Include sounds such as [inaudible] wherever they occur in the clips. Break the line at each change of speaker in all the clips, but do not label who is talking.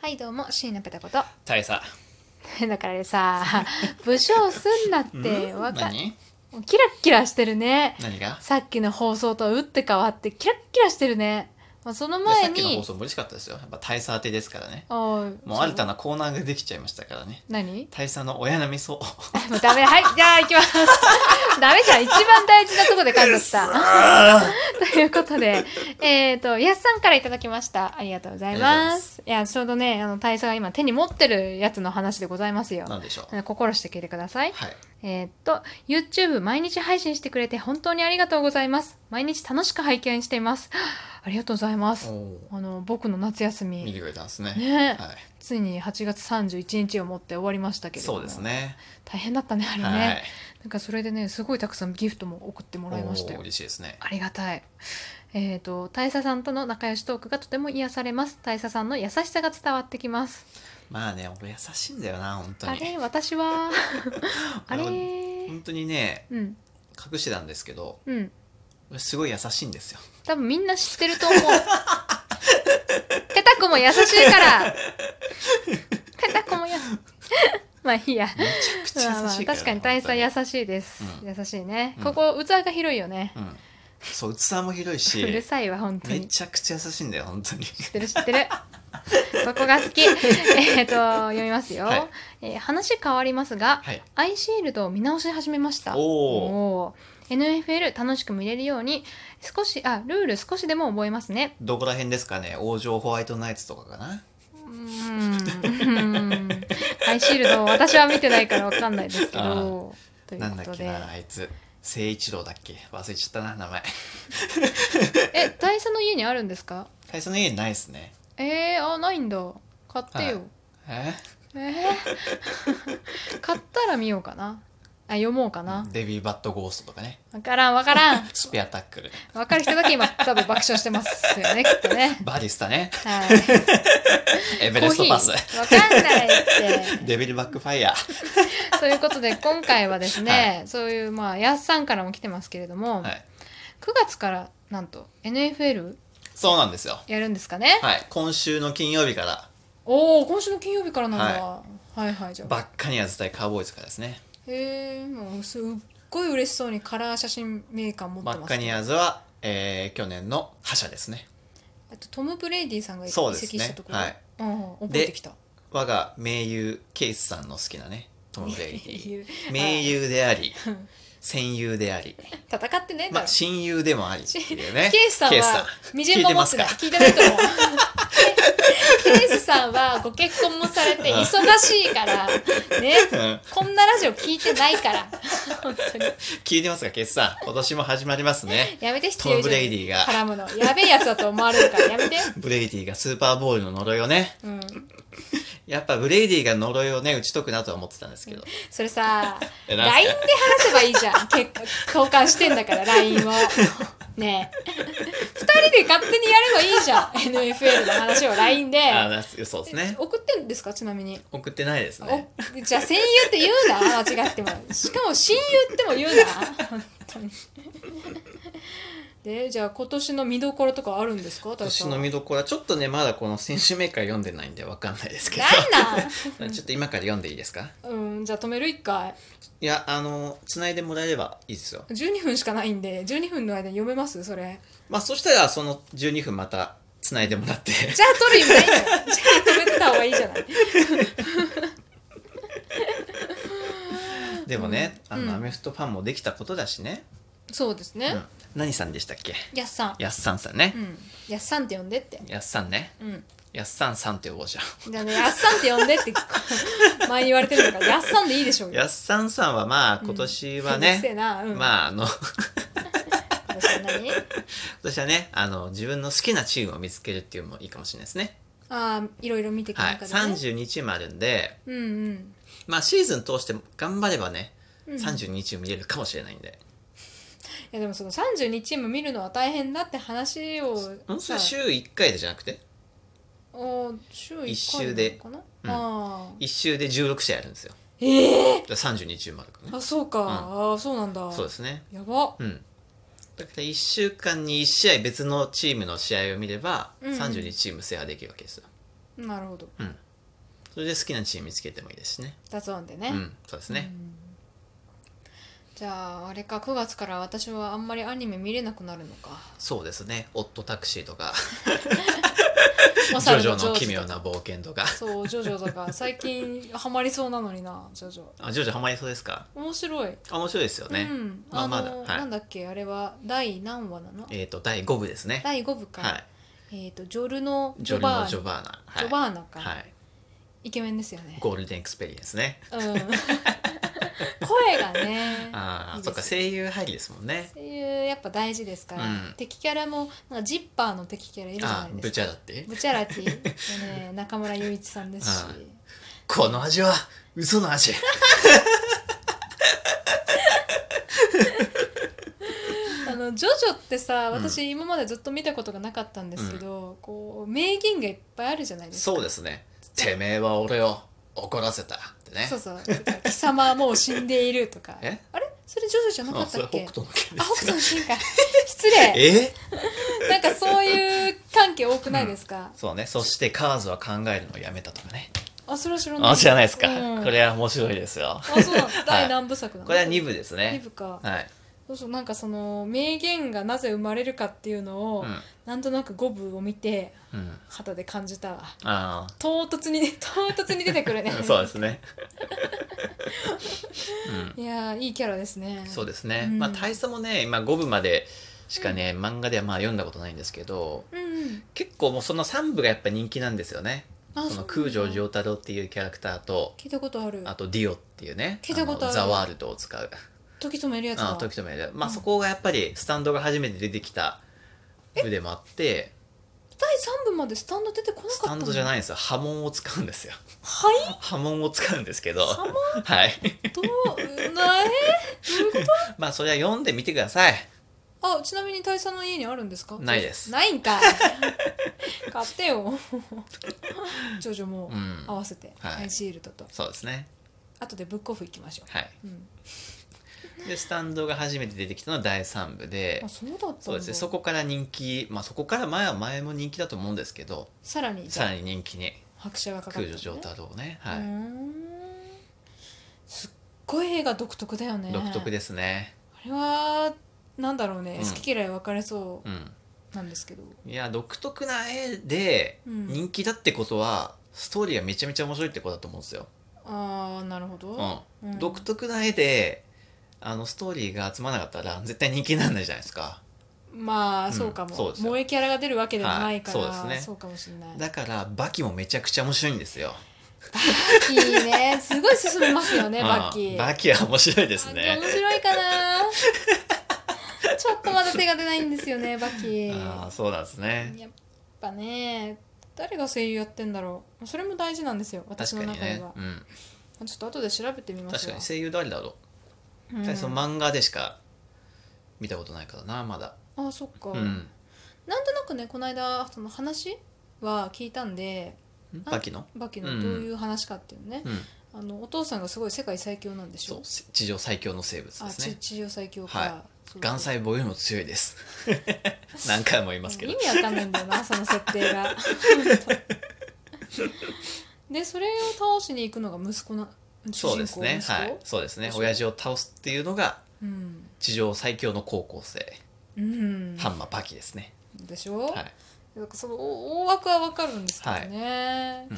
はいどうも椎名ペタこと
大佐
[laughs] だからさ [laughs] 武将すんなって
うん
わか
何
キラッキラしてるね
何が
さっきの放送とは打って変わってキラッキラしてるね、まあ、その
いやさ
前
っきの放
に
送も嬉しかったですよやっぱ大佐当てですからね
おい
もう新たなコーナーができちゃいましたからね
何 [laughs]
大佐の親並みそう
もうダメはいじゃあ行きます [laughs] ダメじゃん一番大事なとこで感動した
[laughs] あ
ということで、えっ、と、やすさんからいただきました。ありがとうございま。
ありがとうございます
いや、ちょうどね、あの、大佐が今手に持ってるやつの話でございますよ
ー。なんでしょう
あの心して聞いてください。
はい
えっと、YouTube 毎日配信してくれて本当にありがとうございます。毎日楽しく拝見しています。 [gasps] ありがとうございま
お
す。
お
あの、僕の夏休
ー見
み、
てくれたんですね
ね
は
ついに8月31日をもって終わりましたけ
い、
れども。
そうです。ね
大変だったね、あれね。
はい
なんかそれでね、すごいたくさんギフトも送ってもらいました
お
よ
ー。嬉しいですね
ありがたい。えっ、と、大佐さんとの仲良しトークがとても癒されます。大佐さんの優しさが伝わってきます。
まあね俺優しいんだよな本当
あ
に
れ、私
[laughs]
は。あれ。
本当にね
うん、
隠してたんですけど
うん。
俺すごい優しいんですよ
多分みんな知ってると思う。 [laughs] ペタコも優しい
[laughs]
から。ペタコも優しい。 [laughs] [laughs] まあいいや。
めちゃくちゃ
まあ
優
ま
し
あ
いから、
確かに大佐
本
優しいです。
う
優しいね。
うん
ここ器が広いよね。
当にうんそう器も広い
[laughs]
う
る
し
さいわ、本当
め
に。
ちゃくちゃ優しいんだよ本当に
知ってる知
[laughs]
ってる。そこが好き。 [laughs] えっと、読みますよ。
はい
えー話変わりますが、
はい
アイシールドを見直し始めました。
おー
おー NFL 楽しく見れるように、少し、あ、ルール少しでも覚えますね。
どこら辺ですかね王城ホワイトナイツとかかな
うーん。アイシールド、私は見てないからわかんないですけど。という
なんだ
こ
っ
と
け
で。
なあいつ誠一郎だっけ忘れちゃったな名前
え、大佐の家にあるんですか
大佐の家にないっすね
えー、あ、ないんだ。買ってよ。
え
えー、 [laughs] 買ったら見ようかな。あ、読もうかな。
デビー・バッド・ゴーストとかね
わからんわからん。
スペアタックル
わかる人だけ今多分爆笑してますよね、きっとね。
バリス
[laughs]
タね
はい。
エベ
コ
レ
ー
スト
ヒー
パス
わかんない
[laughs]
って。
デビル・バック・ファイヤー
ということで今回はですね、そういうまあやっさんからも来てますけれども、
はい
9月からなんと NFL
そうなんですよ
やるんですかね。
はい今週の金曜日から
おお今週の金曜日からなんだ。はい、はいじゃあ。
バッカニアズ対カーボーイズからですね
へえもうすっごい嬉しそうにカラー写真メーカー持ってま
バ
す、
ッカニアズは、えー去年の覇者ですね
あとトム・ブレイディさんが移
そうです
籍
ね
したところ。
はい
うん、覚えてきた。
我が盟友ケイスさんの好きなねトム・ブレイディ盟
名
友であり
うん
戦友であり
戦ってねえんだ
ま
ろ
あ、親友でもありっていうね。
ケイスさん
ケイス
はみじんも
聞いて
持
ま
って
す
な
か
い聞いてないと思う [laughs] ケイスさんはご結婚もされて忙しいからね
うん
こんなラジオ聞いてないから本当に
[laughs] 聞いてますか、ケイスさん。今年も始まりますね。
やめて必
ト
要
ム・
以上
ブレイデ
に
ィが、
絡むのやべえやつだと思われるからやめて
ブレイディがスーパーボールの呪いをね、
うん
やっぱブレイディが呪いをね、打ち解くなとは思ってたんですけど。
それさ
え
LINE で
[laughs] なんすか
話せばいいじ
[laughs]
ゃん結構交換してんだから LINE をねえ2 [laughs] 人で勝手にやればいいじゃん NFL の話を LINE で
あなそうですね。
送ってんですかちなみに
送ってないですね。
おじゃあ戦友って言うな間違ってもしかも親友っても言うな本当にでじゃあ今年の見どころとかあるんですか今
今年の見どころは、ちょっとね、まだこの選手名会読んでないんでわかんないですけど。 [laughs]
なん
ちょっと今から読んでいいですか
なんうんじゃあ止める一回
いや、あの、繋いでもらえればいいですよ。
12分しかないんで12分の間に読めますそれ
まあ、そしたら、その12分また繋いでもらって。 [laughs]
じゃあ取る意味ないんだよじゃあ止めてた方がいいじゃない
でもね、
うん
あ
うん
の、アメフトファンもできたことだしね。
そうですね、
うん、何さんでしたっけ
やっさん
やっさんさんね
う、んやっさんって呼んでって
やっさんね
うん
やっさんさんって呼ぼうじゃ
じゃあねやっさんって呼んでって前に言われてるんだからやっさんでいいでしょうんよ
やっさん [laughs] さんはまあ今年は
うるせえ
ね、
な、うん、
まああの [laughs] 今
私は何
年はねあの自分の好きなチームを見つけるっていうのもいいかもしれないですね
ああいろいろ見ていく
はい
中で、ね
32チームあるんで
うんうん
まあシーズン通して頑張ればね
うん、い
32チーム見れるかもしれないんで、
やでもその32チーム見るのは大変だって話を
うん、そ
さ
れ週1回でじゃなくて
おー週1回
一周で
なのか
うん
な、あー
1週で16試合あるんですよ
ええ
だから32チームあるからね
あそうか、
ん
あーそうなんだ
そうですね
やば
うんだから1週間に1試合別のチームの試合を見れば
うんうん
32チーム制覇できるわけですよ
なるほど
それで好きなチーム見つけてもいいですしね
雑音でね、
うんそうですね、
うんじゃああれか9月から私はあんまりアニメ見れなくなるのか
そうですね「オットタクシー」とか「
お
[laughs] ジョ
猿
ジョ
ジョ
の
ー
奇
ジ
妙
と
な
か
冒険」とか
そうジョジョとか最近ハマりそうなのになジョジョ
あジョジョハマりそうですか
面白い、
あ面白いですよね、
うん
ま
あ
あ
の
まだはい
なんだっけあれは第何話なの
えっ、と第5部ですね
第5部か、
はい
えっ、とジョルノ・
ジ
ジ
ョ
ョ
ルノ・
バ
ジ
ー
ョバーナ、
ナ
はい、
ジョバーナか、
はい
イケメンですよね
ゴールデンエクスペリエンスね [laughs]
うん声がね
あ
い
あ
い
そ
で
っか
すよ
声優入りですもんね
声優やっぱ大事ですから、
うん
敵キャラもなんかジッパーの敵キャラいるじゃ
あ
ない
ー
で
ブ
す
チ
か
ャだって
ブチャラティ、ね、中村雄一さんですし
あこの味は嘘の味
あのジョジョってさ私今までずっと見たことがなかったんですけど、こう名言がいっぱいあるじゃないですか
そうですねてめえは俺を怒らせたってね
そうそう貴様はもう死んでいるとか
[laughs] え
あれそれジョジョじゃなか
あ
った
それ
っけ
北斗の拳
あ
で
北
す
斗
よ
のシーンか [laughs] 失礼
え
なんかそういう関係多くないですか、
そうねそしてカーズは考えるのをやめたとかね
あそれは知らない
あ知らないですか、
うん
これは面白いですよ
あそうなの
はい
第何部作なの、
これは2部です
二
ね
部か
はい、
そうそうなんかその名言がなぜ生まれるかっていうのを、
う
なんとなく五部を見て
んうん、
肌で感じたわ [laughs]
あ
唐突に唐突に出てくるね
あ [laughs] そうですねうん
いやーいいキャラですね
そうですね、
うん
まあ大佐もね今5部までしかね、漫画ではまあ読んだことないんですけど
うんうん
結構もうその3部がやっぱ人気なんですよね
あ
その
う
空城
なんだ
城太郎っていうキャラクターと
聞いたことある
あとディオっていうね
聞いたことある
のザワールドを使う
時止めるやつ
あ
だ
の時止めでまあ
うん
そこがやっぱりスタンドが初めて出てきた部でもあって
第3部までスタンド出てこなかった
スタンドじゃないいんですよ波紋を使うんですよ [laughs]
はい
波紋を使うんですけど
波
[laughs] はい
どうなえ
まあそれは読んでみてください
あちなみに大佐の家にあるんですか
ないです
ないんかい
[laughs]
買ってよジョジョも
うん
合わせて、
は
ア
い
イシールドと
そうですね
あとでブックオフ行きましょ、
はいう
うん、
でスタンドが初めて出てきたのは第3部で
あそうだったんだ
そうですねそこから人気まあそこから前は前も人気だと思うんですけど
さらにじゃ
さ
あ
らに人気に
拍車がかかっ
空
た
女城太郎ねは
うー
い
んすっごい映画独特だよね
独特ですね
あれはなんだろうね、
うん
好き嫌い分かれそ
うん
うなんですけど
いや独特な絵で
うん
人気だってことはストーリーがめちゃめちゃ面白いってことだと思うんですよ、
ああなるほど、
う
うん
ん、独特な絵であのストーリーが集まらなかったら絶対人気にならないじゃないですか
ま
うん
あそうかも、
そうですよ
萌えキャラが出るわけでもないから、
はいそう
そう
ですね
かもしれない
だからバキもめちゃくちゃ面白いんですよ
バッキーねすごい進みますよね
[laughs] うん
バッキー
バキは面白いです
あ
ね
面白いかなちょっとまだ手が出ないんですよ
[laughs]
ねバッキ
ああ
ー
そうなんですね
やっぱね誰が声優やってんだろうそれも大事なんですよ私
確
の
か
中
に
で
ね
は、、
うん、
ちょっと後で調べてみます
確か
よ
に声優誰だろう
うん
その漫画でしか見たことないからなまだ
あそっか、
うん
なんとなくねこの間その話は聞いたんで
バキの
バキ
う
の
ん
どういう話かっていうのね、
うん
あのお父さんがすごい世界最強なんでし
そ
ょ
うせ地上最強の生物
あ
です
ち
ね
地上最強か、
はい
そうそう
がん細胞よりも強いです
[laughs]
何回も言いますけど
意味わかんないんだよな
[laughs]
その設定が本当でそれを倒しに行くのが息子な主
そう
人
です
公
ね
息子、
はいそうですね
でしょ
親父を倒すっていうのが
うん、
地上最強の高校生、
うん、
ハンマーバキですね
でしょ、
はい、
なんかその大大枠はわかるんですけどね、
うん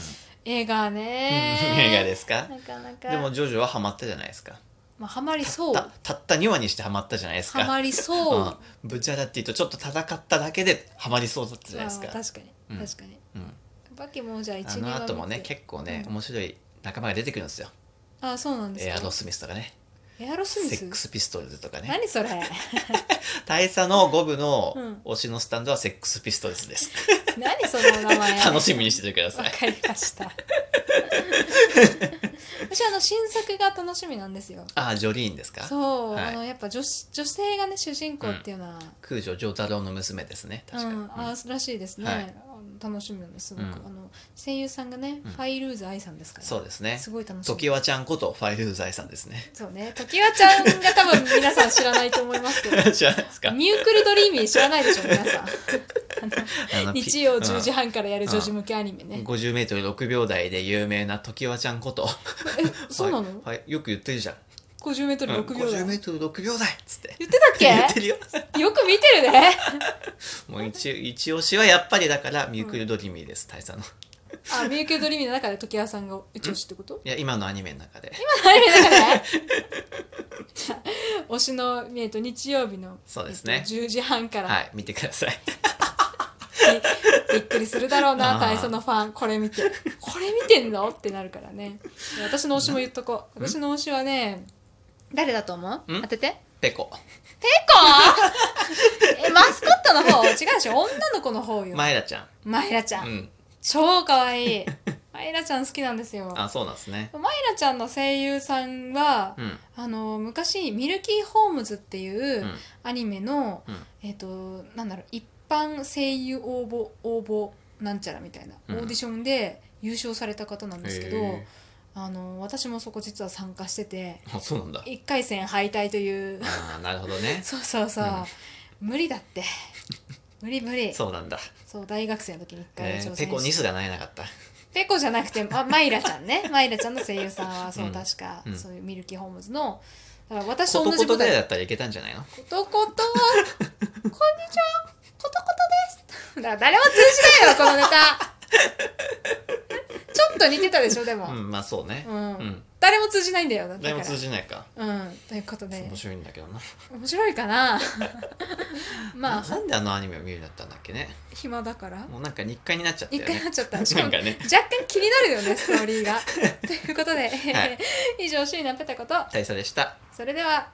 映画ね
[laughs] 映画ですか
なかなか
でもジョジョはハマったじゃないですか
まあ、ハマりそう
たたった2話にしてハマったじゃないです
ハ
か
マり
う
そ
ん
う、
ブチャラティとちょっと戦っただけでハマりそうだったじゃ
ま
ない
あ
です
確か
か
に
うん
確かに、
うん
バキもじゃあ
あ
一二
の
話
後もね
見て
結構ね、
うん
面白い仲間が出てくるんですよ
あそうなんです
エ
か
アロスミスとかね
エアロスミ
セ
ス
ックスピストルズとかね
何それ [laughs]
大佐の五部
う
の
ん
推しのスタンドはセックスピストルズです、
何その名前
[laughs] 楽しみにしててくだ
わ
さい
かりました
[laughs]
私あの新作が楽しみなんですよ
ああジョリーンですか
そう、
はい
あのやっぱ女子女性がね主人公っていうのは、
空城城太郎の娘ですね
うん
確かに、うん
あらしいですね、
はい
あの楽しみなんですすごく、
うん
あの声優さんがね、
うん
ファイルーズ愛さんですから
そうですね
すごい楽しみ
時はちゃんことファイルー財産ですね [laughs]
そうね時はちゃんが多分皆さん知らないと思いますけど
[laughs] 知らないですか [laughs]
ミュークルドリーミー知らないでしょ皆さん
あのピ
日曜10時
うん
半からやる女子向けアニメね。
50メートル6秒台で有名な常盤ちゃんこと。
え、そうなの
はいはい、よく言ってるじゃん。
?50 メートル
うん
6秒台。
50メ
言
ートル6秒台っつって。
ってたっ
言って
け
るよ。
よく見てる
[laughs]
ね。
も
[laughs]
う一応、一押しはやっぱりだから、ミュークルドリーミーです、大佐の。
あ、ミューケドリーミーの中で時矢さんが一押しって
[laughs]
こと
いや、今のアニメの中で。
はい、だからね。 [laughs] じゃあ推しの、えっと、日曜日の、
そうですね
えっと10時半から、
はい、見てください。
びっくりするだろうな、
あー
体操のファン、これ見て。これ見てんのってなるからね。私の推しも言っとこう。私の推しはね、誰だと思うん当てて。
ペコ。
ペコえ、マスコットの方違うでしょ女の子の方よ。
前田ちゃ
マイラちゃ。
ん。うんん。
超可愛い
[laughs]
マイラちゃん好きなんですよ。マ
あ、そうなんですね。
イラちゃんの声優さんは、
うん。。
あの昔「ミルキー・ホームズ」っていううんアニメの、
うん
えっ、となんだろう一般声優応募応募なんちゃらみたいなオ
う
ー
ん
ディションで優勝された方なんですけど、
へー
あの私もそこ実は参加してて
あ、そうなんだ。
1回戦敗退という
あーなるほど
[laughs]
ね。
そうそうそう、無理だって無理無理そう
[laughs] そうなんだ。
大学生の時に1回挑戦
え
し
ー
て、
ペコニスがなえなかった。
ペコじゃなくて、あ、マイラちゃんね。マイラちゃんの声優さんは、そう、
うん
確か、
うん
そういうミルキー・ホームズの、だから私と
コ
同
ト
じ
コ
舞
トぐらい
台。
だったらいけたんじゃないの
コトコトは、こんにちは、コトコトです。だから誰も通じないよ、このネタ。ちょっと似てたでしょ、でも。
うん、まあそうね。
うん
うん。
誰も通じないんだよ、だから。
誰も通じないか。
うん、ということで
面、白いんだけどな。
面白いか
[laughs]
な。まあ、
なんであのアニメを見るようになったんだっけね。
暇だから。
もうなんか日課になっちゃった
一
よ
回な
ね
っ。ちゃった。しかも、
[laughs] なんかね
若干気になるよね、スト
[laughs]
ーリーが。ということで、[laughs]
い
以上、シーナペタこと、
大佐でした。
それでは、